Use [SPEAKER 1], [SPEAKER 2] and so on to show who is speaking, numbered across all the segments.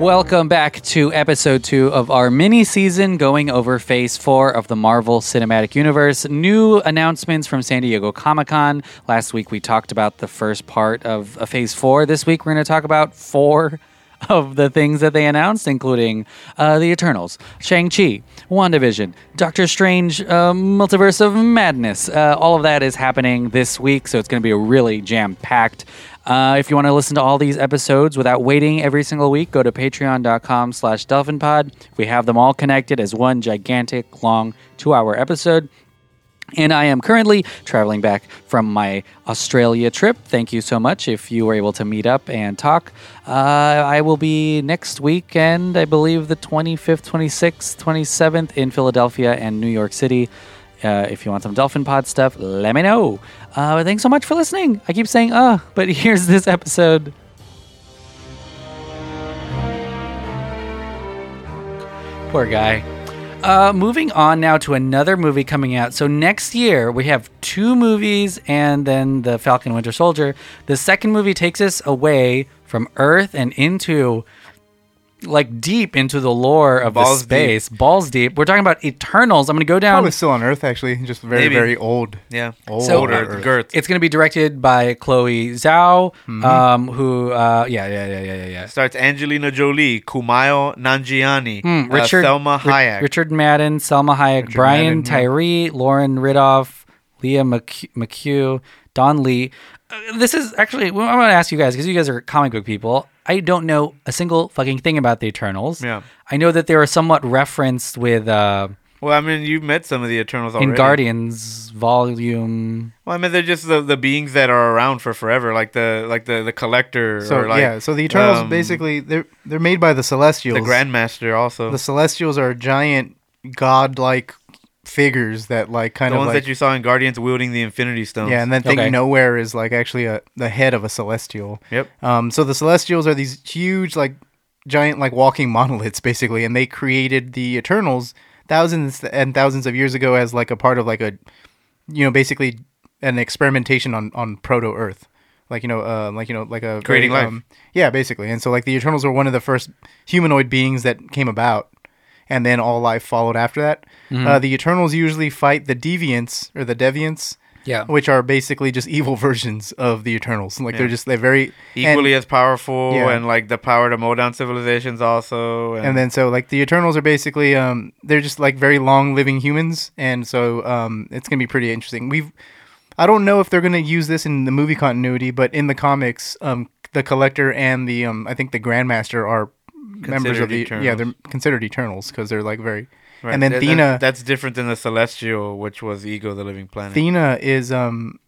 [SPEAKER 1] Welcome back to episode two of our mini season going over phase four of the Marvel Cinematic Universe. New announcements from San Diego Comic Con. Last week we talked about the first part of uh, phase four. This week we're going to talk about four of the things that they announced, including uh, The Eternals, Shang-Chi, WandaVision, Doctor Strange, uh, Multiverse of Madness. Uh, all of that is happening this week, so it's going to be a really jam packed. Uh, if you want to listen to all these episodes without waiting every single week, go to patreon.com slash delphinpod. We have them all connected as one gigantic, long, two-hour episode. And I am currently traveling back from my Australia trip. Thank you so much if you were able to meet up and talk. Uh, I will be next weekend, I believe the 25th, 26th, 27th in Philadelphia and New York City. Uh, if you want some Dolphin Pod stuff, let me know. Uh, but thanks so much for listening. I keep saying, uh, but here's this episode. Poor guy. Uh, moving on now to another movie coming out. So next year we have two movies and then the Falcon Winter Soldier. The second movie takes us away from Earth and into like deep into the lore of the
[SPEAKER 2] Balls deep.
[SPEAKER 1] space, balls deep. We're talking about Eternals. I'm going to go down.
[SPEAKER 3] Probably still on Earth, actually. Just very,
[SPEAKER 2] Um, Maybe.
[SPEAKER 3] very old.
[SPEAKER 2] Yeah.
[SPEAKER 3] Old
[SPEAKER 1] So-
[SPEAKER 3] older
[SPEAKER 2] Girth.
[SPEAKER 3] Earth.
[SPEAKER 2] Girth.
[SPEAKER 1] It's going to be directed by Chloe Zhao, um, who, uh, yeah, yeah, yeah, yeah, yeah, yeah.
[SPEAKER 2] Starts Angelina Jolie, Kumail Nanjiani,
[SPEAKER 1] Mm,
[SPEAKER 3] Hmm,
[SPEAKER 2] uh,
[SPEAKER 1] Richard
[SPEAKER 2] Thelma
[SPEAKER 1] Ri-
[SPEAKER 2] Hayek.
[SPEAKER 1] Richard Madden, Selma Hayek, Brian
[SPEAKER 3] Madden, yeah.
[SPEAKER 1] Tyree, Lauren Riddoff, Leah McHugh, McHugh Don Lee. Uh, this is actually well, I'm going to ask you guys because you guys are comic book people. I don't know a single fucking thing about the Eternals.
[SPEAKER 2] Yeah.
[SPEAKER 1] I know that they were somewhat referenced with uh,
[SPEAKER 2] well, I mean, you've met some of the Eternals already.
[SPEAKER 1] in Guardians Volume.
[SPEAKER 2] Well, I mean, they're just the, the beings that are around for forever, like the like the the collector.
[SPEAKER 3] So
[SPEAKER 2] or like,
[SPEAKER 3] yeah, so the Eternals
[SPEAKER 2] um,
[SPEAKER 3] basically they're they're made by the Celestials.
[SPEAKER 2] the Grandmaster also.
[SPEAKER 3] The Celestials are giant godlike figures that like kind
[SPEAKER 2] the
[SPEAKER 3] of
[SPEAKER 2] ones
[SPEAKER 3] like
[SPEAKER 2] that you saw in Guardians wielding the Infinity Stones.
[SPEAKER 3] yeah, and that thing
[SPEAKER 1] Okay.
[SPEAKER 3] nowhere is like actually a the head of a Celestial.
[SPEAKER 2] Yep.
[SPEAKER 3] Um, so the Celestials are these huge, like giant, like walking monoliths, basically, and they created the Eternals thousands and thousands of years ago as like a part of like a, you know, basically an experimentation on on proto Earth, like you know, uh, like you know, like a um,
[SPEAKER 2] Creating life.
[SPEAKER 3] yeah, basically, and so like the Eternals were one of the first humanoid beings that came about. And then all life followed after that. Uh, the Eternals usually fight the Deviants or the Deviants,
[SPEAKER 1] Yeah.
[SPEAKER 3] which are basically just evil versions of the Eternals. Like they're just they're very and-
[SPEAKER 2] Equally as powerful,
[SPEAKER 3] Yeah.
[SPEAKER 2] and like the power to mow down civilizations also. And,
[SPEAKER 3] and then so like the Eternals are basically um they're just like very long living humans, and so um it's gonna be pretty interesting. We've I don't know if they're gonna use this in the movie continuity, but in the comics, um the Collector and the um I think the Grandmaster are members
[SPEAKER 2] Considered
[SPEAKER 3] of the
[SPEAKER 2] Eternals.
[SPEAKER 3] yeah they're considered Eternals because they're like very
[SPEAKER 2] Right,
[SPEAKER 3] and then
[SPEAKER 2] that- that-
[SPEAKER 3] Thena
[SPEAKER 2] that's different than the Celestial, which was Ego, the living planet.
[SPEAKER 3] Thena is um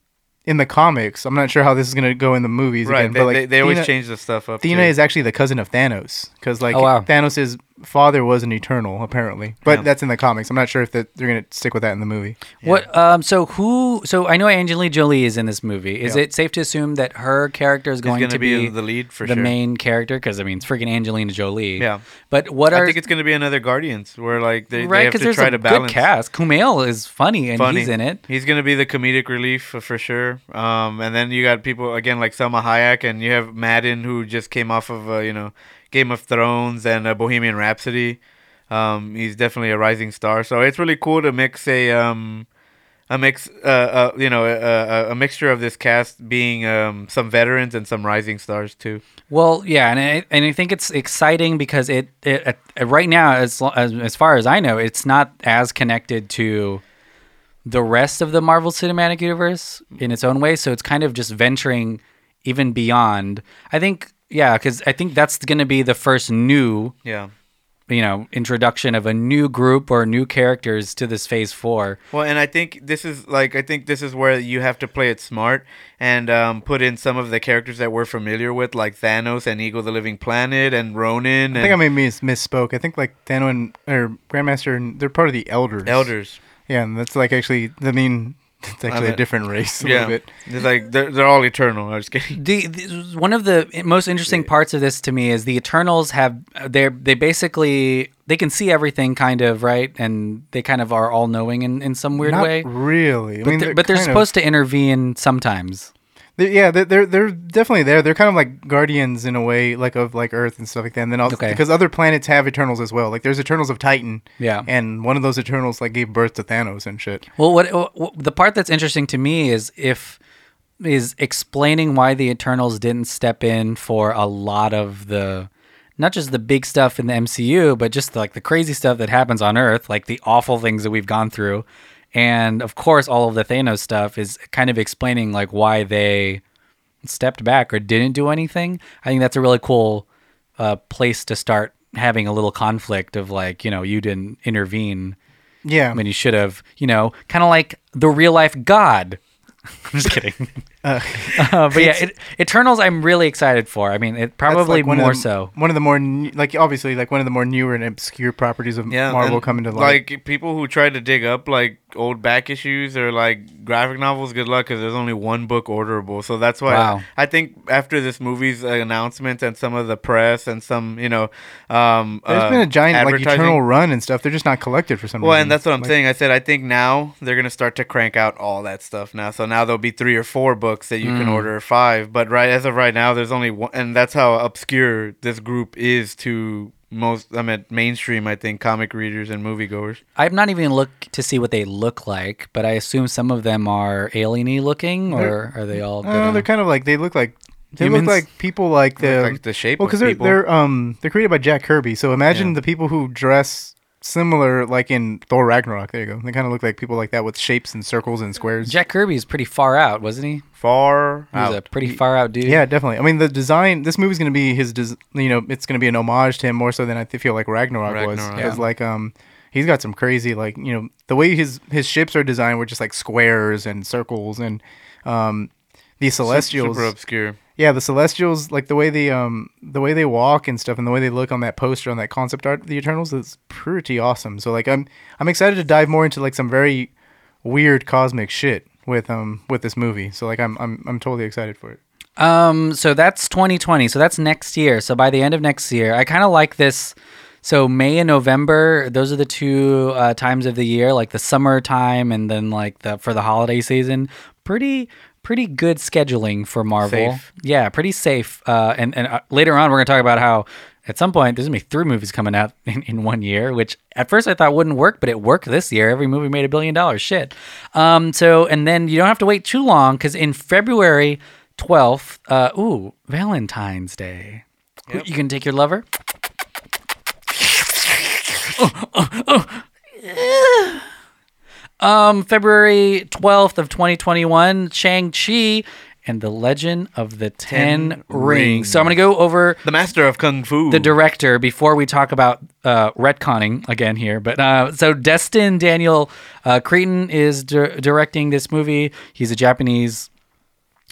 [SPEAKER 3] in the comics. I'm not sure how this is gonna go in the movies
[SPEAKER 2] right.
[SPEAKER 3] again,
[SPEAKER 2] they,
[SPEAKER 3] but like
[SPEAKER 2] they, they always
[SPEAKER 3] Thena-
[SPEAKER 2] change the stuff up. too.
[SPEAKER 3] Athena is actually the cousin of Thanos because like
[SPEAKER 1] Oh, wow.
[SPEAKER 3] Thanos' father was an Eternal apparently, but
[SPEAKER 2] Yeah.
[SPEAKER 3] that's in the comics. I'm not sure if that they're gonna stick with that in the movie.
[SPEAKER 1] What? Um. So who? So I know Angelina Jolie is in this movie. Is
[SPEAKER 3] Yeah.
[SPEAKER 1] it safe to assume that her character is
[SPEAKER 2] He's
[SPEAKER 1] going to be,
[SPEAKER 2] the lead for
[SPEAKER 1] the
[SPEAKER 2] sure.
[SPEAKER 1] main character because I mean it's freaking Angelina Jolie.
[SPEAKER 2] Yeah.
[SPEAKER 1] But what
[SPEAKER 2] I
[SPEAKER 1] are
[SPEAKER 2] think it's going to be another Guardians where like they, they
[SPEAKER 1] right?
[SPEAKER 2] have
[SPEAKER 1] Because
[SPEAKER 2] to
[SPEAKER 1] there's
[SPEAKER 2] try
[SPEAKER 1] a
[SPEAKER 2] to
[SPEAKER 1] good
[SPEAKER 2] balance.
[SPEAKER 1] cast. Kumail is funny and
[SPEAKER 2] Funny.
[SPEAKER 1] he's in it.
[SPEAKER 2] He's going to be the comedic relief uh, for sure. Um, and then you got people again like Selma Hayek, and you have Madden who just came off of uh, you know Game of Thrones and uh, Bohemian Rhapsody. Um, he's definitely a rising star, so it's really cool to mix a um, a mix uh, uh you know a, a, a mixture of this cast being um, some veterans and some rising stars too.
[SPEAKER 1] Well, yeah, and I, and I think it's exciting because it, it, it right now as, lo- as as far as I know, it's not as connected to the rest of the Marvel Cinematic Universe in its own way. So it's kind of just venturing even beyond. I think, yeah, because I think that's going to be the first new
[SPEAKER 2] Yeah.
[SPEAKER 1] you know introduction of a new group or new characters to this phase four
[SPEAKER 2] Well, and I think this is like I think this is where you have to play it smart and um, put in some of the characters that we're familiar with, like Thanos and Ego the Living Planet and Ronin and
[SPEAKER 3] I think I may mis- misspoke. I think like Thanos and or Grandmaster and they're part of the Elders.
[SPEAKER 2] Elders.
[SPEAKER 3] Yeah, and that's like actually I mean it's actually
[SPEAKER 2] mean-
[SPEAKER 3] a different race a
[SPEAKER 2] Yeah,
[SPEAKER 3] little bit.
[SPEAKER 2] it's like they're, they're all eternal. I was kidding.
[SPEAKER 1] the, the- one of the most interesting parts of this to me is the eternals have they're they basically they can see everything kind of right and they kind of are all knowing in, in some weird
[SPEAKER 3] Not
[SPEAKER 1] way
[SPEAKER 3] really. I
[SPEAKER 1] but
[SPEAKER 3] mean,
[SPEAKER 1] they're, but they're
[SPEAKER 3] kind of-
[SPEAKER 1] supposed to intervene sometimes
[SPEAKER 3] They're, yeah, they're, they're they're definitely there. They're kind of like guardians in a way, like of like Earth and stuff like that. And then also,
[SPEAKER 1] Okay.
[SPEAKER 3] because other planets have Eternals as well. Like there's Eternals of Titan.
[SPEAKER 1] Yeah.
[SPEAKER 3] and one of those Eternals like gave birth to Thanos and shit.
[SPEAKER 1] Well, what, what the part that's interesting to me is if is explaining why the Eternals didn't step in for a lot of the not just the big stuff in the MCU, but just like the crazy stuff that happens on Earth, like the awful things that we've gone through, and of course all of the Thanos stuff is kind of explaining like why they stepped back or didn't do anything. I think that's a really cool uh, place to start having a little conflict of like you know you didn't intervene
[SPEAKER 3] Yeah,
[SPEAKER 1] when you should have, you know, kind of like the real life God. I'm just kidding. Uh, but yeah, it, Eternals, I'm really excited for. I mean, it
[SPEAKER 3] That's,
[SPEAKER 1] probably
[SPEAKER 3] like, one of
[SPEAKER 1] more
[SPEAKER 3] the-
[SPEAKER 1] so.
[SPEAKER 3] One of the more n- like obviously like one of the more newer and obscure properties of
[SPEAKER 2] Yeah,
[SPEAKER 3] Marvel
[SPEAKER 2] and,
[SPEAKER 3] coming to light.
[SPEAKER 2] Like people who try to dig up like old back issues or like graphic novels, good luck because there's only one book orderable. So that's why
[SPEAKER 1] Wow.
[SPEAKER 2] I think after this movie's uh, announcement and some of the press and some you know, um,
[SPEAKER 3] There's
[SPEAKER 2] uh,
[SPEAKER 3] been a giant like
[SPEAKER 2] advertising-
[SPEAKER 3] eternal run and stuff. They're just not collected for some reason.
[SPEAKER 2] Well, and that's what I'm
[SPEAKER 3] Mm-hmm. Like,
[SPEAKER 2] saying. I said I think now they're gonna start to crank out all that stuff now. So now there'll be three or four books that you can
[SPEAKER 3] Mm.
[SPEAKER 2] order, or five. But right as of right now, there's only one, and that's how obscure this group is to most. I mean, mainstream. I think comic readers and moviegoers.
[SPEAKER 1] I've not even looked to see what they look like, but I assume some of them are alieny looking, or are they all?
[SPEAKER 3] Uh, they're kind of like they look like they
[SPEAKER 1] Humans?
[SPEAKER 3] look like people like
[SPEAKER 2] They
[SPEAKER 3] the
[SPEAKER 2] look like the shape
[SPEAKER 3] Well,
[SPEAKER 2] of
[SPEAKER 3] because they're
[SPEAKER 2] people.
[SPEAKER 3] they're um they're created by Jack Kirby. So imagine the people who dress similar like in Thor Ragnarok. There you go. They kind of look like people like that with shapes and circles and squares.
[SPEAKER 1] Jack Kirby is pretty far out, wasn't he?
[SPEAKER 2] Far
[SPEAKER 1] He was a
[SPEAKER 2] out.
[SPEAKER 1] pretty far out dude.
[SPEAKER 3] yeah, definitely. I mean, the design. This movie's gonna be his. Des- you know, it's gonna be an homage to him more so than I th- feel like Ragnarok, was.
[SPEAKER 2] Ragnarok.
[SPEAKER 3] Because
[SPEAKER 1] Yeah.
[SPEAKER 3] like um, he's got some crazy like you know the way his his ships are designed were just like squares and circles and um, the celestials.
[SPEAKER 2] Super obscure.
[SPEAKER 3] Yeah, the Celestials, like the way they um the way they walk and stuff, and the way they look on that poster on that concept art, of the Eternals is pretty awesome. So like I'm I'm excited to dive more into like some very weird cosmic shit with um with this movie. So like I'm I'm I'm totally excited for it.
[SPEAKER 1] Um, so that's 2020. So that's next year. So by the end of next year, I kind of like this. So May and November, those are the two uh, times of the year, like the summertime and then like the for the holiday season. Pretty pretty good scheduling for Marvel.
[SPEAKER 2] Safe.
[SPEAKER 1] Yeah, pretty safe. Uh, and and uh, later on, we're gonna talk about how at some point there's gonna be three movies coming out in, in one year, which at first I thought wouldn't work, but it worked this year. Every movie made a billion dollars. Shit. Um. So and then you don't have to wait too long because in February twelfth, uh, ooh, Valentine's Day. Who- You can take your lover. Um, February 12th of 2021, Shang-Chi and the Legend of the Ten,
[SPEAKER 2] Ten
[SPEAKER 1] Rings. So I'm going to go over
[SPEAKER 2] The master of kung fu.
[SPEAKER 1] the director before we talk about uh, retconning again here. But uh, so Destin Daniel uh, Creighton is dir- directing this movie. He's a Japanese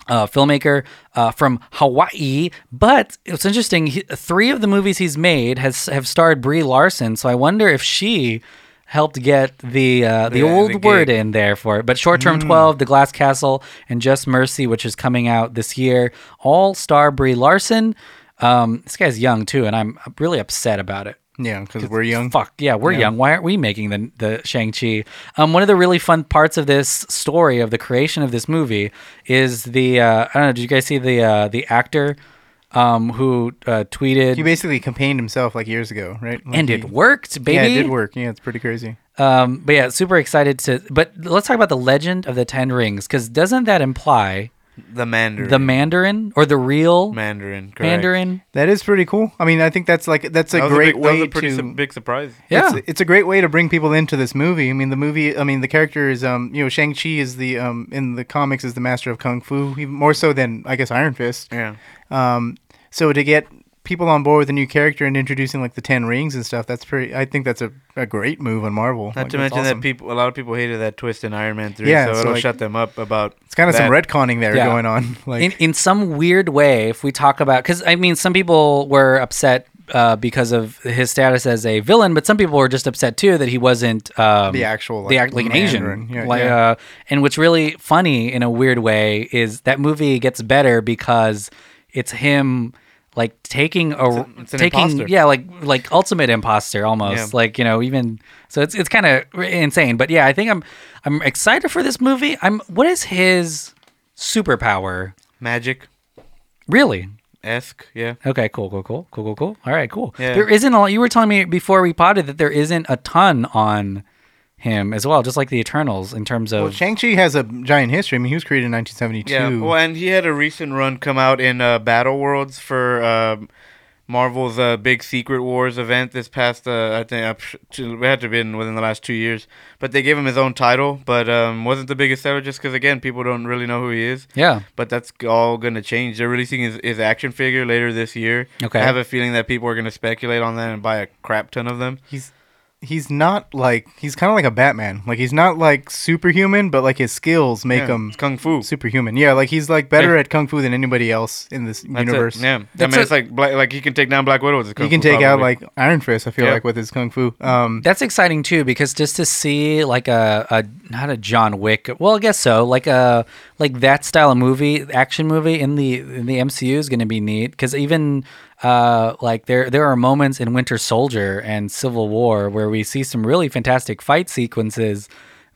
[SPEAKER 1] uh, filmmaker uh, from Hawaii. But it's interesting. He, three of the movies he's made has have starred Brie Larson. So I wonder if she helped get the uh, the
[SPEAKER 2] Yeah,
[SPEAKER 1] old
[SPEAKER 2] the gig. Hmm.
[SPEAKER 1] word in there for it. But short term twelve, The Glass Castle, and Just Mercy, which is coming out this year, all star Brie Larson. Um, this guy's young too, and I'm really upset about it.
[SPEAKER 3] Yeah, because we're young.
[SPEAKER 1] Fuck yeah, we're young. Why aren't we making the the Shang Chi? Um, one of the really fun parts of this story of the creation of this movie is the uh, I don't know. Did you guys see the uh, the actor um, who uh, tweeted
[SPEAKER 3] He basically campaigned himself like years ago, right? Like,
[SPEAKER 1] and
[SPEAKER 3] he-
[SPEAKER 1] it worked, baby?
[SPEAKER 3] Yeah, it did work. Yeah, it's pretty crazy.
[SPEAKER 1] Um, but yeah, super excited to. But let's talk about the legend of the Ten Rings because doesn't that imply
[SPEAKER 2] the Mandarin.
[SPEAKER 1] the Mandarin or the real
[SPEAKER 2] Mandarin. Correct.
[SPEAKER 1] Mandarin?
[SPEAKER 3] That is pretty cool. I mean, I think that's like that's a
[SPEAKER 2] That was
[SPEAKER 3] great
[SPEAKER 2] big,
[SPEAKER 3] way
[SPEAKER 2] that was a pretty
[SPEAKER 3] to
[SPEAKER 2] su- big surprise.
[SPEAKER 1] Yeah.
[SPEAKER 3] It's, it's a great way to bring people into this movie. I mean, the movie, I mean, the character is, um, you know, Shang-Chi is the, um, in the comics is the master of Kung Fu, even more so than, I guess, Iron Fist.
[SPEAKER 2] Yeah.
[SPEAKER 3] Um, so to get people on board with a new character and introducing, like, the Ten Rings and stuff, that's pretty, I think that's a, a great move on Marvel.
[SPEAKER 2] Not to mention that people, a lot of people hated that twist in Iron Man three,
[SPEAKER 3] Yeah,
[SPEAKER 2] so,
[SPEAKER 3] so,
[SPEAKER 2] it'll
[SPEAKER 3] like,
[SPEAKER 2] shut them up about.
[SPEAKER 3] It's kind of some
[SPEAKER 2] that.
[SPEAKER 3] retconning there
[SPEAKER 1] Yeah.
[SPEAKER 3] going on. Like,
[SPEAKER 1] in, in some weird way, if we talk about, because I mean, some people were upset uh, because of his status as a villain, but some people were just upset too that he wasn't um,
[SPEAKER 3] The actual, like,
[SPEAKER 1] the act, like an Asian,
[SPEAKER 3] Mandarin. Yeah,
[SPEAKER 1] like,
[SPEAKER 3] yeah.
[SPEAKER 1] Uh, and what's really funny in a weird way is that movie gets better because it's him like taking a
[SPEAKER 2] it's an
[SPEAKER 1] taking
[SPEAKER 2] imposter.
[SPEAKER 1] yeah like like ultimate imposter almost
[SPEAKER 2] Yeah.
[SPEAKER 1] like you know even so it's it's kind of insane but yeah i think i'm i'm excited for this movie i'm what is his superpower
[SPEAKER 2] magic
[SPEAKER 1] Really?
[SPEAKER 2] esque. Yeah.
[SPEAKER 1] Okay, cool, cool, cool, cool, cool, cool. All right, cool.
[SPEAKER 2] Yeah.
[SPEAKER 1] There isn't a lot. You were telling me before we potted that there isn't a ton on him as well, just like the Eternals in terms of.
[SPEAKER 3] Well, Shang Chi has a giant history. I mean, he was created in 1972.
[SPEAKER 2] Yeah. Well, and he had a recent run come out in uh, Battle Worlds for um, Marvel's uh, big Secret Wars event this past. Uh, I think it had to have been within the last two years, but they gave him his own title. But um, wasn't the biggest seller just because again people don't really know who he is.
[SPEAKER 1] yeah.
[SPEAKER 2] But that's all gonna change. They're releasing his, his action figure later this year.
[SPEAKER 1] Okay.
[SPEAKER 2] I have a feeling that people are gonna speculate on that and buy a crap ton of them.
[SPEAKER 3] he's he's not like he's kind of like a Batman. Like he's not like superhuman, but like his skills make
[SPEAKER 2] Yeah,
[SPEAKER 3] him
[SPEAKER 2] it's kung fu.
[SPEAKER 3] superhuman. Yeah, like he's like better
[SPEAKER 2] Yeah.
[SPEAKER 3] at kung fu than anybody else in this
[SPEAKER 2] That's it.
[SPEAKER 3] universe.
[SPEAKER 2] Yeah.
[SPEAKER 1] That's
[SPEAKER 2] I mean,
[SPEAKER 1] a-
[SPEAKER 2] it's like black, like he can take down Black Widow with his kung
[SPEAKER 3] He can
[SPEAKER 2] fu
[SPEAKER 3] take out
[SPEAKER 2] probably.
[SPEAKER 3] like Iron Fist. I feel
[SPEAKER 2] Yeah.
[SPEAKER 3] like with his kung fu. Um,
[SPEAKER 1] That's exciting too, because just to see like a, a not a John Wick, well, I guess so, like a like that style of movie, action movie in the in the MCU is going to be neat. Because even uh, like there there are moments in Winter Soldier and Civil War where we see some really fantastic fight sequences,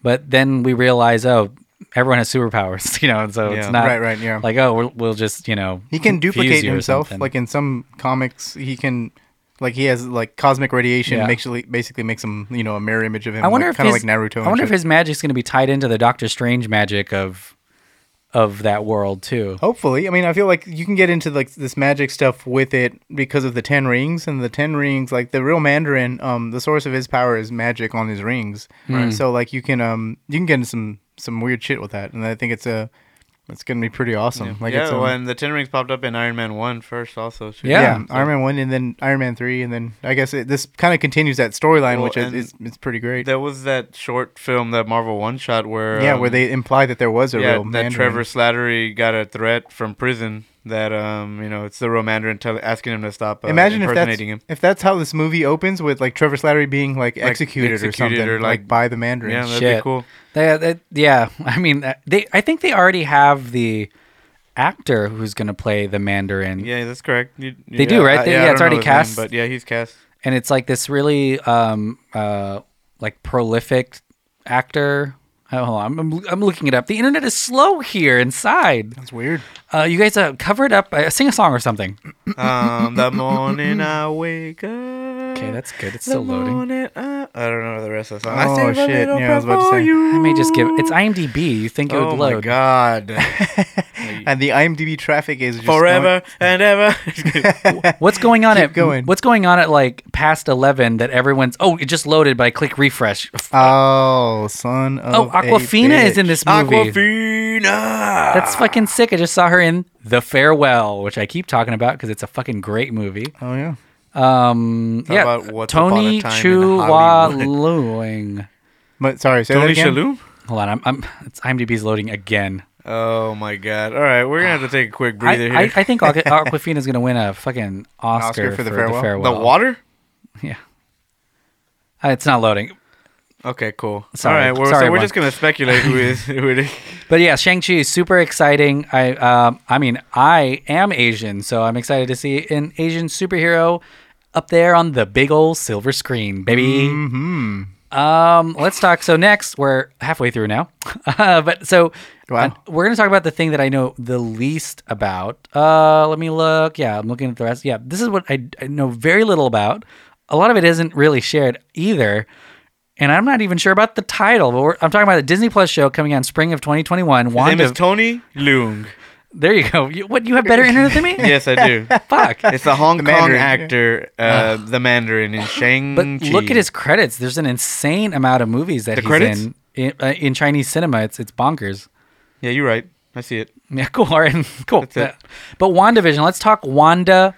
[SPEAKER 1] but then we realize, oh, everyone has superpowers, you know, and so it's
[SPEAKER 2] Yeah.
[SPEAKER 1] not
[SPEAKER 3] Right, right, yeah.
[SPEAKER 1] like oh, we'll, we'll just you know
[SPEAKER 3] he can
[SPEAKER 1] confuse
[SPEAKER 3] duplicate
[SPEAKER 1] you or
[SPEAKER 3] himself.
[SPEAKER 1] something.
[SPEAKER 3] Like in some comics, he can. Like he has like cosmic radiation,
[SPEAKER 1] Yeah.
[SPEAKER 3] makes basically makes him you know a mirror image of him.
[SPEAKER 1] I wonder
[SPEAKER 3] like,
[SPEAKER 1] if
[SPEAKER 3] kind of
[SPEAKER 1] his-
[SPEAKER 3] like Naruto.
[SPEAKER 1] I wonder
[SPEAKER 3] and
[SPEAKER 1] if
[SPEAKER 3] shit.
[SPEAKER 1] his magic's going to be tied into the Doctor Strange magic of of that world too.
[SPEAKER 3] Hopefully, I mean, I feel like you can get into like this magic stuff with it because of the ten rings and the ten rings. Like the real Mandarin, um, the source of his power is magic on his rings. Right. So like you can um you can get into some some weird shit with that, and I think it's a it's gonna be pretty awesome. Like
[SPEAKER 2] yeah,
[SPEAKER 3] it's um,
[SPEAKER 2] well, and the Ten Rings popped up in Iron Man One first, also. too.
[SPEAKER 1] Yeah.
[SPEAKER 3] yeah, Iron Man one, and then Iron Man three, and then I guess it, this kind of continues that storyline,
[SPEAKER 2] Well,
[SPEAKER 3] which is,
[SPEAKER 2] and
[SPEAKER 3] is it's pretty great.
[SPEAKER 2] There was that short film, that Marvel one shot where
[SPEAKER 3] yeah,
[SPEAKER 2] um,
[SPEAKER 3] where they imply that there was a
[SPEAKER 2] yeah
[SPEAKER 3] real
[SPEAKER 2] that
[SPEAKER 3] Mandarin.
[SPEAKER 2] Trevor Slattery got a threat from prison that um you know it's the real Mandarin tell- asking him to stop uh,
[SPEAKER 3] Imagine if that's
[SPEAKER 2] impersonating him.
[SPEAKER 3] if that's how this movie opens with like Trevor Slattery being like executed, or
[SPEAKER 2] executed
[SPEAKER 3] something,
[SPEAKER 2] or,
[SPEAKER 3] like,
[SPEAKER 2] like-
[SPEAKER 3] by the Mandarin.
[SPEAKER 2] Yeah, that'd
[SPEAKER 1] Shit.
[SPEAKER 2] be cool.
[SPEAKER 1] They, they- yeah, I mean that- they. I think they already have the actor who's going to play the Mandarin,
[SPEAKER 2] Yeah, that's correct. You-
[SPEAKER 1] They do, right?
[SPEAKER 2] I-
[SPEAKER 1] They-
[SPEAKER 2] I
[SPEAKER 1] yeah, it's
[SPEAKER 2] don't know
[SPEAKER 1] already
[SPEAKER 2] his name,
[SPEAKER 1] cast.
[SPEAKER 2] but yeah, he's cast.
[SPEAKER 1] and it's like this really um uh like prolific actor. Oh, hold on, I'm, I'm looking it up. The internet is slow here inside.
[SPEAKER 3] That's weird.
[SPEAKER 1] Uh, you guys uh, cover it up. Uh, sing a song or something.
[SPEAKER 2] um, the morning I wake up.
[SPEAKER 1] Okay, that's good. It's
[SPEAKER 2] the
[SPEAKER 1] still loading.
[SPEAKER 2] morning I, I don't know the rest of the song.
[SPEAKER 3] Oh,
[SPEAKER 2] I save a
[SPEAKER 3] shit.
[SPEAKER 2] little
[SPEAKER 3] Yeah, I was
[SPEAKER 2] prayer
[SPEAKER 3] about to
[SPEAKER 2] for
[SPEAKER 3] say.
[SPEAKER 2] you.
[SPEAKER 1] I may just give. It's IMDb. You think it
[SPEAKER 2] Oh
[SPEAKER 1] would
[SPEAKER 2] my
[SPEAKER 1] load?
[SPEAKER 2] god.
[SPEAKER 3] And the IMDb traffic is just
[SPEAKER 2] Forever and ever.
[SPEAKER 1] What's going on at
[SPEAKER 3] going.
[SPEAKER 1] What's going on at like past eleven that everyone's oh it just loaded by click refresh.
[SPEAKER 3] Going, oh, son of
[SPEAKER 1] Oh,
[SPEAKER 3] a
[SPEAKER 1] Aquafina is in
[SPEAKER 3] bitch.
[SPEAKER 1] this movie.
[SPEAKER 2] Aquafina.
[SPEAKER 1] That's fucking sick. I just saw her in The Farewell, which I keep talking about because it's a fucking great movie.
[SPEAKER 3] Oh yeah.
[SPEAKER 1] Um,
[SPEAKER 2] How
[SPEAKER 1] yeah,
[SPEAKER 2] about Once
[SPEAKER 1] Tony
[SPEAKER 2] Upon a Time in
[SPEAKER 1] Chua
[SPEAKER 2] Hollywood?
[SPEAKER 1] Luing.
[SPEAKER 3] But sorry, say that
[SPEAKER 2] Tony
[SPEAKER 3] again.
[SPEAKER 2] Shalhoub.
[SPEAKER 1] Hold on, I'm, I'm it's IMDb's loading again.
[SPEAKER 2] Oh my god! All right, we're gonna have to take a quick
[SPEAKER 1] I,
[SPEAKER 2] breather
[SPEAKER 1] I,
[SPEAKER 2] here.
[SPEAKER 1] I think Aqu- Aquafina's gonna win a fucking Oscar, for, the, farewell.
[SPEAKER 2] the water?
[SPEAKER 1] Yeah, Uh, it's not loading.
[SPEAKER 2] Okay, cool.
[SPEAKER 1] Sorry.
[SPEAKER 2] All right, we're,
[SPEAKER 1] Sorry,
[SPEAKER 2] so we're
[SPEAKER 1] everyone.
[SPEAKER 2] just gonna speculate who is who it is.
[SPEAKER 1] But yeah, Shang Chi is super exciting. I um, I mean, I am Asian, so I'm excited to see an Asian superhero up there on the big old silver screen, baby. Mm-hmm. Um, let's talk. So next, we're halfway through now, uh, but so
[SPEAKER 3] Wow.
[SPEAKER 1] uh, we're gonna talk about the thing that I know the least about. Uh, let me look. Yeah, I'm looking at the rest. Yeah, this is what I, I know very little about. A lot of it isn't really shared either and I'm not even sure about the title, but we're, I'm talking about the Disney Plus show coming out in spring of 2021.
[SPEAKER 2] His name
[SPEAKER 1] Wanda,
[SPEAKER 2] is Tony Leung.
[SPEAKER 1] there you go. You, what you have better internet than me?
[SPEAKER 2] Yes, I do.
[SPEAKER 1] Fuck.
[SPEAKER 2] It's the Hong
[SPEAKER 3] The
[SPEAKER 2] Kong
[SPEAKER 3] Mandarin, yeah.
[SPEAKER 2] actor, uh, the Mandarin in Shang.
[SPEAKER 1] But look at his credits. There's an insane amount of movies that
[SPEAKER 2] The
[SPEAKER 1] he's
[SPEAKER 2] credits?
[SPEAKER 1] in in, uh, in Chinese cinema. It's it's bonkers.
[SPEAKER 2] Yeah, you're right. I see it.
[SPEAKER 1] Yeah, cool. All right, cool.
[SPEAKER 2] That's it.
[SPEAKER 1] But WandaVision, let's talk Wanda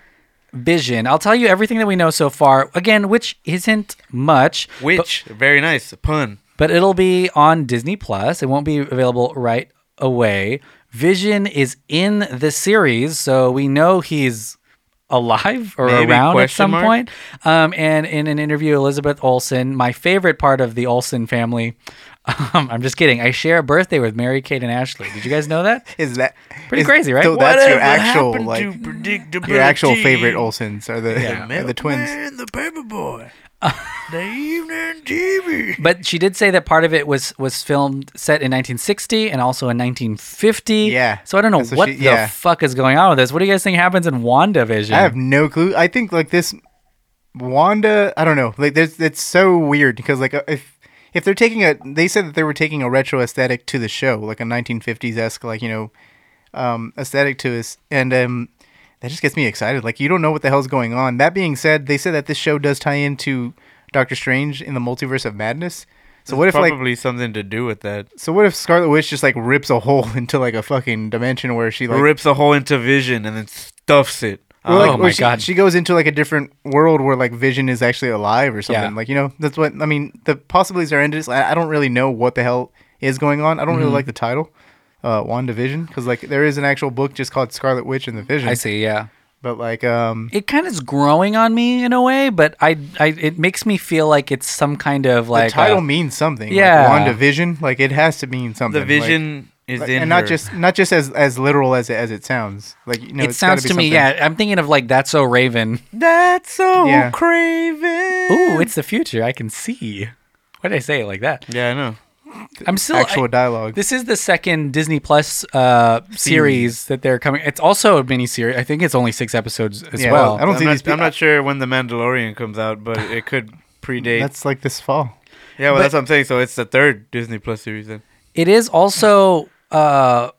[SPEAKER 1] Vision. I'll tell you everything that we know so far. Again, which isn't much. but-
[SPEAKER 2] Which very nice pun.
[SPEAKER 1] but it'll be on Disney Plus. It won't be available right away. Vision is in the series, so we know he's alive or
[SPEAKER 2] Maybe,
[SPEAKER 1] around at
[SPEAKER 2] question
[SPEAKER 1] some
[SPEAKER 2] mark?
[SPEAKER 1] point. Um, and in an interview, Elizabeth Olsen, my favorite part of the Olsen family. Um, I'm just kidding. I share a birthday with Mary Kate and Ashley. Did you guys know that?
[SPEAKER 3] Is that
[SPEAKER 1] Pretty
[SPEAKER 3] is-
[SPEAKER 1] crazy, right?
[SPEAKER 3] So that's your
[SPEAKER 2] Whatever
[SPEAKER 3] actual
[SPEAKER 2] happened
[SPEAKER 3] like
[SPEAKER 2] to predictability?
[SPEAKER 3] your actual favorite Olsons are the
[SPEAKER 1] Yeah.
[SPEAKER 3] are the twins.
[SPEAKER 2] Man, the paper boy. the evening TV.
[SPEAKER 1] But she did say that part of it was was filmed set in 1960 and also in 1950.
[SPEAKER 3] Yeah.
[SPEAKER 1] So I don't know
[SPEAKER 3] That's what
[SPEAKER 1] what
[SPEAKER 3] she-
[SPEAKER 1] the
[SPEAKER 3] yeah.
[SPEAKER 1] fuck is going on with this. What do you guys think happens in WandaVision?
[SPEAKER 3] I have no clue. I think like this Wanda, I don't know. Like there's it's so weird because like uh, if if they're taking a they said that they were taking a retro aesthetic to the show, like a 1950s-esque like, you know, um aesthetic to us and um that just gets me excited. Like you don't know what the hell's going on. That being said, they said that this show does tie into Doctor Strange in the Multiverse of Madness. So what if like
[SPEAKER 2] Probably something to do with that.
[SPEAKER 3] so what if Scarlet Witch just like rips a hole into like a fucking dimension where she like
[SPEAKER 2] Rips a hole into Vision and then stuffs it.
[SPEAKER 3] Well,
[SPEAKER 2] Uh,
[SPEAKER 3] like,
[SPEAKER 1] Oh
[SPEAKER 3] or
[SPEAKER 1] my
[SPEAKER 3] she,
[SPEAKER 1] God.
[SPEAKER 3] She goes into like a different world where like Vision is actually alive or something.
[SPEAKER 1] Yeah.
[SPEAKER 3] Like you know, that's what I mean. The possibilities are endless. I, I don't really know what the hell is going on. I don't
[SPEAKER 1] Mm-hmm.
[SPEAKER 3] really like the title, uh, Wandavision, because like there is an actual book just called Scarlet Witch and the Vision.
[SPEAKER 1] I see. Yeah.
[SPEAKER 3] But like, um,
[SPEAKER 1] It kind of is growing on me in a way, but I, I it makes me feel like it's some kind of like
[SPEAKER 3] the title
[SPEAKER 1] a-
[SPEAKER 3] means something.
[SPEAKER 1] yeah.
[SPEAKER 3] like, Wandavision. Like it has to mean something.
[SPEAKER 2] the
[SPEAKER 3] like-
[SPEAKER 2] Vision is
[SPEAKER 3] like,
[SPEAKER 2] in
[SPEAKER 3] and not
[SPEAKER 2] her.
[SPEAKER 3] just not just as as literal as it as it sounds. Like you know,
[SPEAKER 1] it
[SPEAKER 3] it's gotta
[SPEAKER 1] sounds
[SPEAKER 3] be
[SPEAKER 1] to me,
[SPEAKER 3] something-
[SPEAKER 1] yeah. I'm thinking of like that's so Raven.
[SPEAKER 2] that's so
[SPEAKER 3] Yeah.
[SPEAKER 2] craven.
[SPEAKER 1] Ooh, it's the future. I can see. Why did I say it like that?
[SPEAKER 2] yeah, I know.
[SPEAKER 1] I'm still I-
[SPEAKER 3] Actual dialogue.
[SPEAKER 1] This is the second Disney Plus uh, series that they're coming. It's also a mini series. I think it's only six episodes as
[SPEAKER 3] Yeah,
[SPEAKER 1] well.
[SPEAKER 3] I don't
[SPEAKER 2] I'm
[SPEAKER 3] see
[SPEAKER 2] not,
[SPEAKER 3] these. People,
[SPEAKER 2] I'm not sure when the Mandalorian comes out, but it could predate.
[SPEAKER 3] That's like this fall.
[SPEAKER 2] yeah, well,
[SPEAKER 1] but-
[SPEAKER 2] that's what I'm saying. So it's the third Disney Plus series. Then
[SPEAKER 1] It is also. Uh,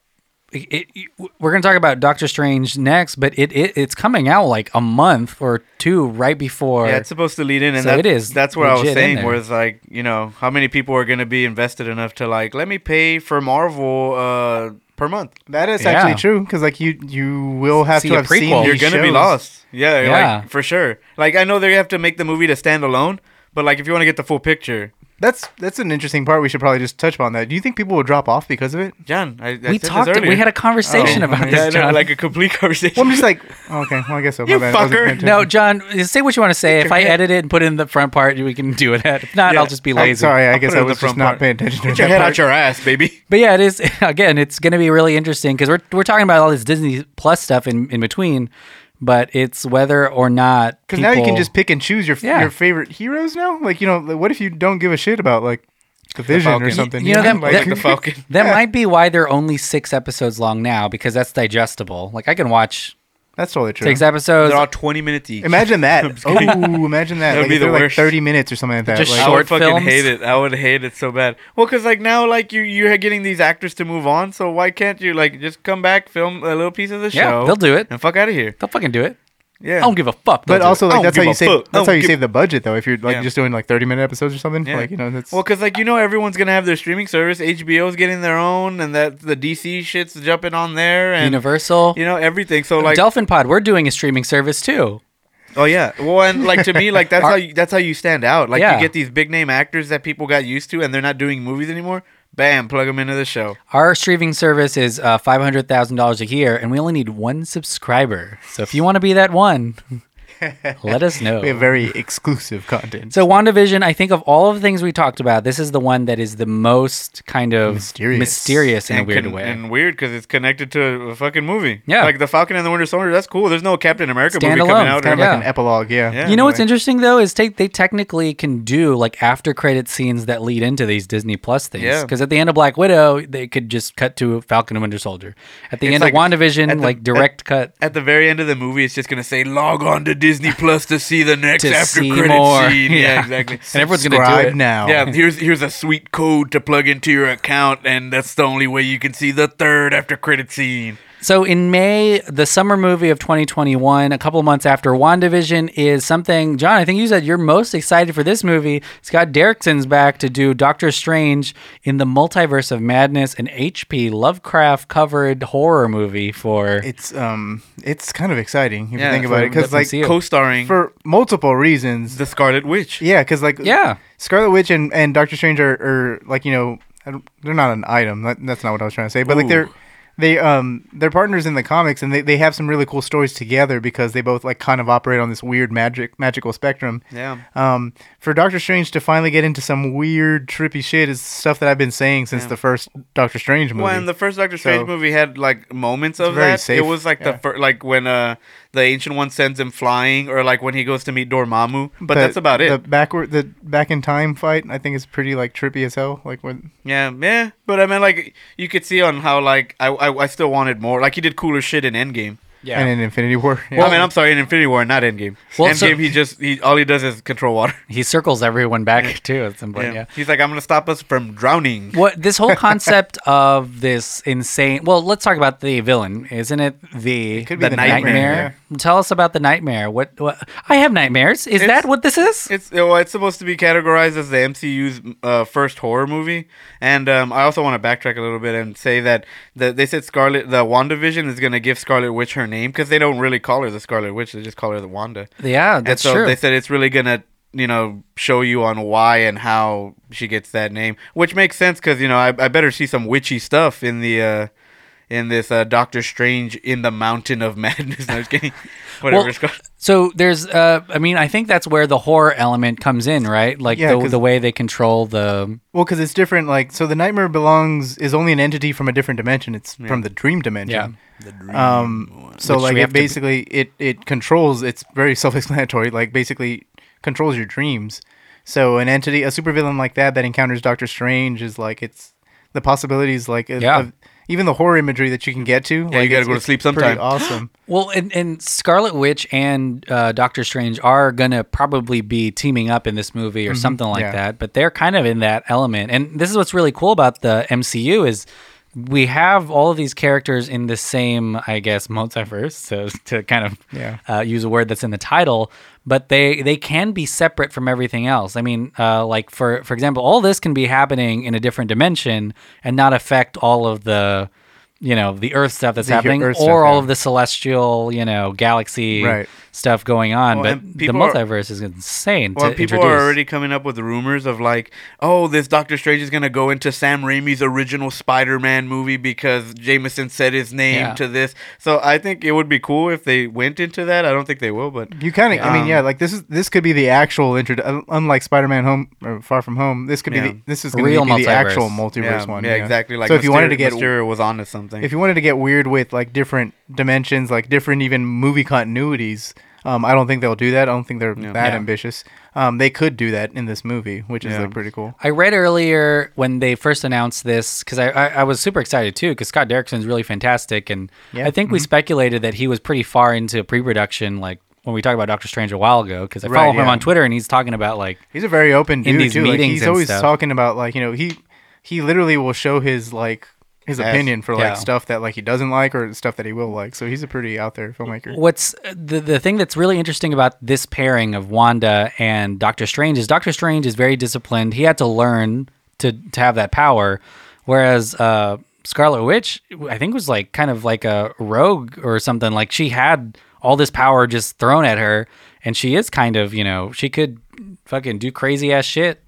[SPEAKER 1] it, it- we're going to talk about Doctor Strange next, but it, it it's coming out like a month or two right before.
[SPEAKER 2] yeah, it's supposed to lead in, and
[SPEAKER 1] So
[SPEAKER 2] that,
[SPEAKER 1] it is
[SPEAKER 2] That's what I was
[SPEAKER 1] legit in
[SPEAKER 2] saying.
[SPEAKER 1] there.
[SPEAKER 2] Was like, you know, how many people are going to be invested enough to like, let me pay for Marvel uh, per month?
[SPEAKER 3] That is
[SPEAKER 1] Yeah.
[SPEAKER 3] actually true because like you you will have
[SPEAKER 1] See
[SPEAKER 3] to
[SPEAKER 1] a
[SPEAKER 3] have seen
[SPEAKER 1] prequel.
[SPEAKER 3] these
[SPEAKER 2] You're gonna be
[SPEAKER 3] shows.
[SPEAKER 2] lost. Yeah,
[SPEAKER 1] Yeah.
[SPEAKER 2] like for sure. Like I know they have to make the movie to stand alone, but like if you want to get the full picture,
[SPEAKER 3] That's that's an interesting part. We should probably just touch upon that. Do you think people will drop off because of it?
[SPEAKER 2] John, I, I said
[SPEAKER 1] we
[SPEAKER 2] this
[SPEAKER 1] talked.
[SPEAKER 2] earlier.
[SPEAKER 1] We had a conversation
[SPEAKER 2] Oh.
[SPEAKER 1] about
[SPEAKER 2] Yeah, I know,
[SPEAKER 1] this, John.
[SPEAKER 2] like a complete conversation.
[SPEAKER 3] Well, I'm just like oh, okay. Well, I guess so. My
[SPEAKER 2] You
[SPEAKER 3] bad. I wasn't
[SPEAKER 2] fucker.
[SPEAKER 3] paying
[SPEAKER 1] no,
[SPEAKER 3] attention.
[SPEAKER 1] John, say what you want to say. If I
[SPEAKER 2] head-
[SPEAKER 1] edit it and put it in the front part, we can do it. If not,
[SPEAKER 2] Yeah.
[SPEAKER 1] I'll just be
[SPEAKER 3] I'm
[SPEAKER 1] lazy.
[SPEAKER 3] sorry. I guess
[SPEAKER 2] put it in
[SPEAKER 3] I
[SPEAKER 2] the
[SPEAKER 3] was just
[SPEAKER 2] front
[SPEAKER 3] not
[SPEAKER 2] part.
[SPEAKER 3] paying attention.
[SPEAKER 2] Get
[SPEAKER 3] to
[SPEAKER 2] your
[SPEAKER 3] that
[SPEAKER 2] head out
[SPEAKER 3] part.
[SPEAKER 2] your ass, baby.
[SPEAKER 1] But yeah, it is again, it's going to be really interesting because we're we're talking about all this Disney Plus stuff in in between, but it's whether or not
[SPEAKER 3] Because now you can
[SPEAKER 1] people-
[SPEAKER 3] just pick and choose your
[SPEAKER 1] Yeah.
[SPEAKER 3] your favorite heroes now. Like you know, like, what if you don't give a shit about like the Vision or
[SPEAKER 2] Falcon.
[SPEAKER 3] something?
[SPEAKER 1] You know, that-
[SPEAKER 3] like,
[SPEAKER 1] that-
[SPEAKER 2] Like the Falcon.
[SPEAKER 1] that might be why they're only six episodes long now because that's digestible. Like I can watch
[SPEAKER 3] that's totally true.
[SPEAKER 1] six episodes.
[SPEAKER 2] They're all 20 minutes each.
[SPEAKER 3] Imagine that. oh, imagine that.
[SPEAKER 2] That would
[SPEAKER 3] like,
[SPEAKER 2] be
[SPEAKER 3] if
[SPEAKER 2] the
[SPEAKER 3] they're,
[SPEAKER 2] worst.
[SPEAKER 3] Like Thirty minutes or something like that.
[SPEAKER 1] Just
[SPEAKER 3] like,
[SPEAKER 2] I
[SPEAKER 1] short
[SPEAKER 2] would fucking
[SPEAKER 1] films.
[SPEAKER 2] hate it. I would hate it so bad. Well, because like now, like you, you're getting these actors to move on. So why can't you like just come back, film a little piece of the
[SPEAKER 1] Yeah,
[SPEAKER 2] show?
[SPEAKER 1] they'll do it.
[SPEAKER 2] and fuck out of here.
[SPEAKER 1] They'll fucking do it.
[SPEAKER 2] Yeah,
[SPEAKER 1] I don't give a fuck. They'll
[SPEAKER 3] But
[SPEAKER 1] do
[SPEAKER 3] also,
[SPEAKER 1] it.
[SPEAKER 2] I
[SPEAKER 3] like
[SPEAKER 2] don't
[SPEAKER 3] that's how
[SPEAKER 2] give
[SPEAKER 3] you
[SPEAKER 2] a
[SPEAKER 3] save.
[SPEAKER 2] fuck. I
[SPEAKER 3] That's how
[SPEAKER 2] don't
[SPEAKER 3] you
[SPEAKER 2] give-
[SPEAKER 3] save the budget, though. If you're like
[SPEAKER 2] Yeah.
[SPEAKER 3] just doing like thirty minute episodes or something,
[SPEAKER 2] Yeah.
[SPEAKER 3] like you know, that's
[SPEAKER 2] Well, because like you know, everyone's gonna have their streaming service. HBO's getting their own, and that the DC shit's jumping on there, and
[SPEAKER 1] Universal,
[SPEAKER 2] you know everything. So like,
[SPEAKER 1] Dolphin Pod, we're doing a streaming service too.
[SPEAKER 2] oh yeah. Well, and like to me, like that's how you, that's how you stand out. Like
[SPEAKER 1] Yeah.
[SPEAKER 2] you get these big name actors that people got used to, and they're not doing movies anymore. Bam, plug them into the show.
[SPEAKER 1] Our streaming service is uh, five hundred thousand dollars a year, and we only need one subscriber. So if you want to be that one, let us know.
[SPEAKER 3] we have very exclusive content.
[SPEAKER 1] Oh. So WandaVision, I think of all of the things we talked about, this is the one that is the most kind of mysterious,
[SPEAKER 3] Mysterious.
[SPEAKER 1] mysterious in a weird
[SPEAKER 2] con-
[SPEAKER 1] way.
[SPEAKER 2] And weird because it's connected to a fucking movie.
[SPEAKER 1] Yeah.
[SPEAKER 2] Like the Falcon and the Winter Soldier. That's cool. There's no Captain America movie
[SPEAKER 1] Standalone.
[SPEAKER 2] coming out.
[SPEAKER 3] Kind of
[SPEAKER 2] or-
[SPEAKER 1] Yeah.
[SPEAKER 3] like an epilogue, yeah.
[SPEAKER 2] Yeah.
[SPEAKER 1] you know what's
[SPEAKER 3] Anyway.
[SPEAKER 1] interesting though is take they technically can do like after credit scenes that lead into these Disney Plus things.
[SPEAKER 2] Yeah.
[SPEAKER 1] Because at the end of Black Widow, they could just cut to Falcon and Winter Soldier. At the
[SPEAKER 2] It's
[SPEAKER 1] end
[SPEAKER 2] like-
[SPEAKER 1] of WandaVision,
[SPEAKER 2] at the-
[SPEAKER 1] like direct cut.
[SPEAKER 2] At the very end of the movie, it's just gonna say log on to Disney Plus to see the next
[SPEAKER 1] To
[SPEAKER 2] after
[SPEAKER 1] see
[SPEAKER 2] credit
[SPEAKER 1] more.
[SPEAKER 2] scene.
[SPEAKER 1] Yeah.
[SPEAKER 2] Yeah, exactly.
[SPEAKER 1] And everyone's gonna do
[SPEAKER 3] Subscribe
[SPEAKER 1] it
[SPEAKER 3] now.
[SPEAKER 2] Yeah, here's here's a sweet code to plug into your account, and that's the only way you can see the third after credit scene.
[SPEAKER 1] So in May, the summer movie of 2021, a couple months after WandaVision, is something. John, I think you said you're most excited for this movie. Scott Derrickson's back to do Doctor Strange in the Multiverse of Madness, an H.P. Lovecraft covered horror movie for.
[SPEAKER 3] It's um, it's kind of exciting if
[SPEAKER 2] Yeah,
[SPEAKER 3] you think
[SPEAKER 1] for
[SPEAKER 3] about it, because
[SPEAKER 1] the
[SPEAKER 3] like
[SPEAKER 1] MCU.
[SPEAKER 2] Co-starring
[SPEAKER 3] for multiple reasons.
[SPEAKER 2] the Scarlet Witch.
[SPEAKER 3] Yeah, because like
[SPEAKER 1] Yeah.
[SPEAKER 3] Scarlet Witch and, and Doctor Strange are, are like you know I don't- they're not an item. That, that's not what I was trying to say. But like they're they um they're partners in the comics and they, they have some really cool stories together because they both like kind of operate on this weird magic magical spectrum.
[SPEAKER 2] Yeah.
[SPEAKER 3] Um, for Doctor Strange to finally get into some weird trippy shit is stuff that I've been saying since the first Doctor Strange movie.
[SPEAKER 2] When the first Doctor Strange
[SPEAKER 3] So-
[SPEAKER 2] movie had like moments of
[SPEAKER 3] very
[SPEAKER 2] that,
[SPEAKER 3] safe,
[SPEAKER 2] it was like the
[SPEAKER 3] yeah.
[SPEAKER 2] fir- like when uh the ancient one sends him flying, or like when he goes to meet Dormammu. But, that's about it.
[SPEAKER 3] The backward, the back in time fight, I think is pretty like trippy as hell. Like when
[SPEAKER 2] Yeah, yeah. But I mean, like you could see on how like I, I I still wanted more. Like he did cooler shit in Endgame.
[SPEAKER 4] Yeah.
[SPEAKER 3] and in Infinity War. Yeah.
[SPEAKER 2] I mean, I'm sorry, in Infinity War, not Endgame.
[SPEAKER 1] Well,
[SPEAKER 2] Endgame,
[SPEAKER 1] so-
[SPEAKER 2] he just he all he does is control water.
[SPEAKER 4] he circles everyone back too at some point. Yeah.
[SPEAKER 2] He's like, I'm gonna stop us from drowning.
[SPEAKER 1] What this whole concept of this insane? Well, let's talk about the villain, isn't it? The
[SPEAKER 3] could be
[SPEAKER 2] the
[SPEAKER 3] the
[SPEAKER 2] nightmare.
[SPEAKER 3] nightmare.
[SPEAKER 1] Tell us about the nightmare. What? what I have nightmares. Is
[SPEAKER 2] It's-
[SPEAKER 1] that what this is?
[SPEAKER 2] It's well, it's supposed to be categorized as the MCU's uh, first horror movie, and um, I also want to backtrack a little bit and say that the, they said Scarlet, the WandaVision is gonna give Scarlet Witch her name because they don't really call her the Scarlet Witch; they just call her the Wanda.
[SPEAKER 1] Yeah,
[SPEAKER 2] and
[SPEAKER 1] that's
[SPEAKER 2] so
[SPEAKER 1] true.
[SPEAKER 2] they said it's really gonna you know show you on why and how she gets that name which makes sense because you know I, I better see some witchy stuff in the uh in this uh, doctor strange in the mountain of madness no, I'm just kidding. whatever
[SPEAKER 1] Well,
[SPEAKER 2] it's called
[SPEAKER 1] so there's, uh, I mean, I think that's where the horror element comes in, right? Like
[SPEAKER 3] Yeah,
[SPEAKER 1] the,
[SPEAKER 3] 'cause-
[SPEAKER 1] the way they control the.
[SPEAKER 3] Well, because it's different. Like, so the nightmare belongs is only an entity from a different dimension. It's from the dream dimension. Yeah. Um. So
[SPEAKER 1] Which
[SPEAKER 3] like,
[SPEAKER 1] we have
[SPEAKER 3] it
[SPEAKER 1] to be-
[SPEAKER 3] basically it it controls. It's very self-explanatory. Like, basically controls your dreams. So an entity, a supervillain like that that encounters Doctor Strange is like it's the possibilities like of-
[SPEAKER 1] Yeah.
[SPEAKER 3] of- even the horror imagery that you can get to. Yeah,
[SPEAKER 2] gotta go to sleep sometime.
[SPEAKER 3] Pretty awesome.
[SPEAKER 1] Well, and, and Scarlet Witch and uh, Doctor Strange are going to probably be teaming up in this movie or something like
[SPEAKER 3] Mm-hmm. yeah.
[SPEAKER 1] that, but they're kind of in that element. And this is what's really cool about the MCU is we have all of these characters in the same, I guess, multiverse, to, to kind of
[SPEAKER 3] Yeah.
[SPEAKER 1] uh, use a word that's in the title, but they, they can be separate from everything else. I mean, uh, like, for, for example, all this can be happening in a different dimension and not affect all of the... You know the Earth stuff that's
[SPEAKER 3] The
[SPEAKER 1] happening, or
[SPEAKER 3] Earth stuff,
[SPEAKER 1] all
[SPEAKER 3] yeah.
[SPEAKER 1] of the celestial, you know, galaxy
[SPEAKER 3] Right.
[SPEAKER 1] stuff going on.
[SPEAKER 2] Well,
[SPEAKER 1] but
[SPEAKER 2] and
[SPEAKER 1] the
[SPEAKER 2] people are-
[SPEAKER 1] multiverse is insane.
[SPEAKER 2] well
[SPEAKER 1] to
[SPEAKER 2] people
[SPEAKER 1] introduce.
[SPEAKER 2] are already coming up with rumors of like oh this doctor strange is gonna go into sam raimi's original spider-man movie because jameson said his name
[SPEAKER 1] Yeah.
[SPEAKER 2] to this so i think it would be cool if they went into that i don't think they will but
[SPEAKER 3] You kind of, I mean,
[SPEAKER 2] Um,
[SPEAKER 3] yeah, like this is this could be the actual intro. uh, Unlike Spider-Man: Home or Far From Home, this could
[SPEAKER 2] Yeah.
[SPEAKER 3] be the, this is gonna
[SPEAKER 1] Real
[SPEAKER 3] be the
[SPEAKER 1] multiverse.
[SPEAKER 3] actual
[SPEAKER 2] yeah,
[SPEAKER 3] multiverse one.
[SPEAKER 2] yeah, exactly like
[SPEAKER 3] so, if you wanted
[SPEAKER 2] Mysterio-
[SPEAKER 3] to get
[SPEAKER 2] Mysterio was onto something
[SPEAKER 3] if you wanted to get weird with like different dimensions, like different even movie continuities, um, I don't think they'll do that. I don't think they're that
[SPEAKER 1] Yeah.
[SPEAKER 3] ambitious. Um, they could do that in this movie, which is
[SPEAKER 2] Yeah.
[SPEAKER 3] like, pretty cool.
[SPEAKER 1] I read earlier when they first announced this because I, I, I was super excited too because Scott Derrickson's really fantastic and
[SPEAKER 3] Yeah.
[SPEAKER 1] I think
[SPEAKER 2] Mm-hmm.
[SPEAKER 1] we speculated that he was pretty far into pre-production like when we talked about Doctor Strange a while ago because I
[SPEAKER 3] Right,
[SPEAKER 1] follow him
[SPEAKER 3] yeah.
[SPEAKER 1] on Twitter and he's talking about like
[SPEAKER 3] He's a very open dude
[SPEAKER 1] In these
[SPEAKER 3] too. Like,
[SPEAKER 1] meetings
[SPEAKER 3] he's
[SPEAKER 1] and
[SPEAKER 3] always
[SPEAKER 1] stuff.
[SPEAKER 3] talking about like you know he he literally will show his like his
[SPEAKER 2] Yes.
[SPEAKER 3] opinion for like
[SPEAKER 1] Yeah.
[SPEAKER 3] stuff that like he doesn't like or stuff that he will like. So he's a pretty out there filmmaker.
[SPEAKER 1] what's uh, the the thing that's really interesting about this pairing of Wanda and Doctor Strange is Doctor Strange is very disciplined. He had to learn to to have that power, whereas uh, Scarlet Witch I think was like kind of like a rogue or something. Like she had all this power just thrown at her, and she is kind of you know she could fucking do crazy ass shit.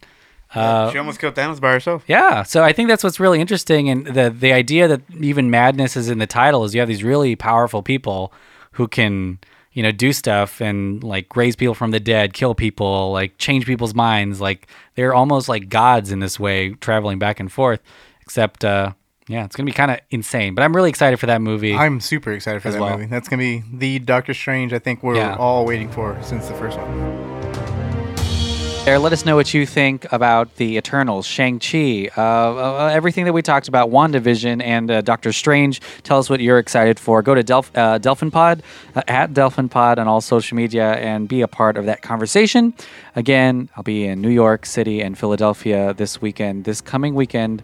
[SPEAKER 3] Uh,
[SPEAKER 2] she almost killed Thanos by herself.
[SPEAKER 1] Yeah, so I think that's what's really interesting, and the the idea that even madness is in the title is you have these really powerful people who can you know do stuff and like raise people from the dead, kill people, like change people's minds, like they're almost like gods in this way, traveling back and forth. Except, uh, yeah, it's gonna be kind of insane, but I'm really excited for that movie.
[SPEAKER 3] I'm super excited for
[SPEAKER 1] As
[SPEAKER 3] that
[SPEAKER 1] well.
[SPEAKER 3] movie. That's gonna be the Doctor Strange. I think we're
[SPEAKER 1] Yeah.
[SPEAKER 3] all waiting for since the first one.
[SPEAKER 1] there. Let us know what you think about the Eternals, Shang-Chi, uh, uh, everything that we talked about, WandaVision and uh, Doctor Strange. Tell us what you're excited for. Go to Delph- uh, Delphin Pod, uh, at Delphin Pod on all social media and be a part of that conversation. Again, I'll be in New York City and Philadelphia this weekend, this coming weekend.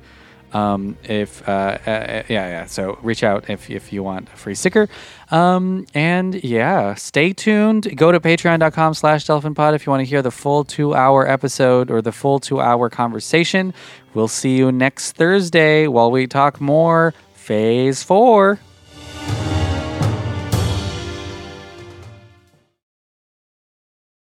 [SPEAKER 1] Um, if uh, uh, yeah, yeah. So reach out if if you want a free sticker. Um, and yeah, stay tuned. Go to patreon.com slash delphinpod if you want to hear the full two hour episode or the full two hour conversation. We'll see you next Thursday while we talk more phase four.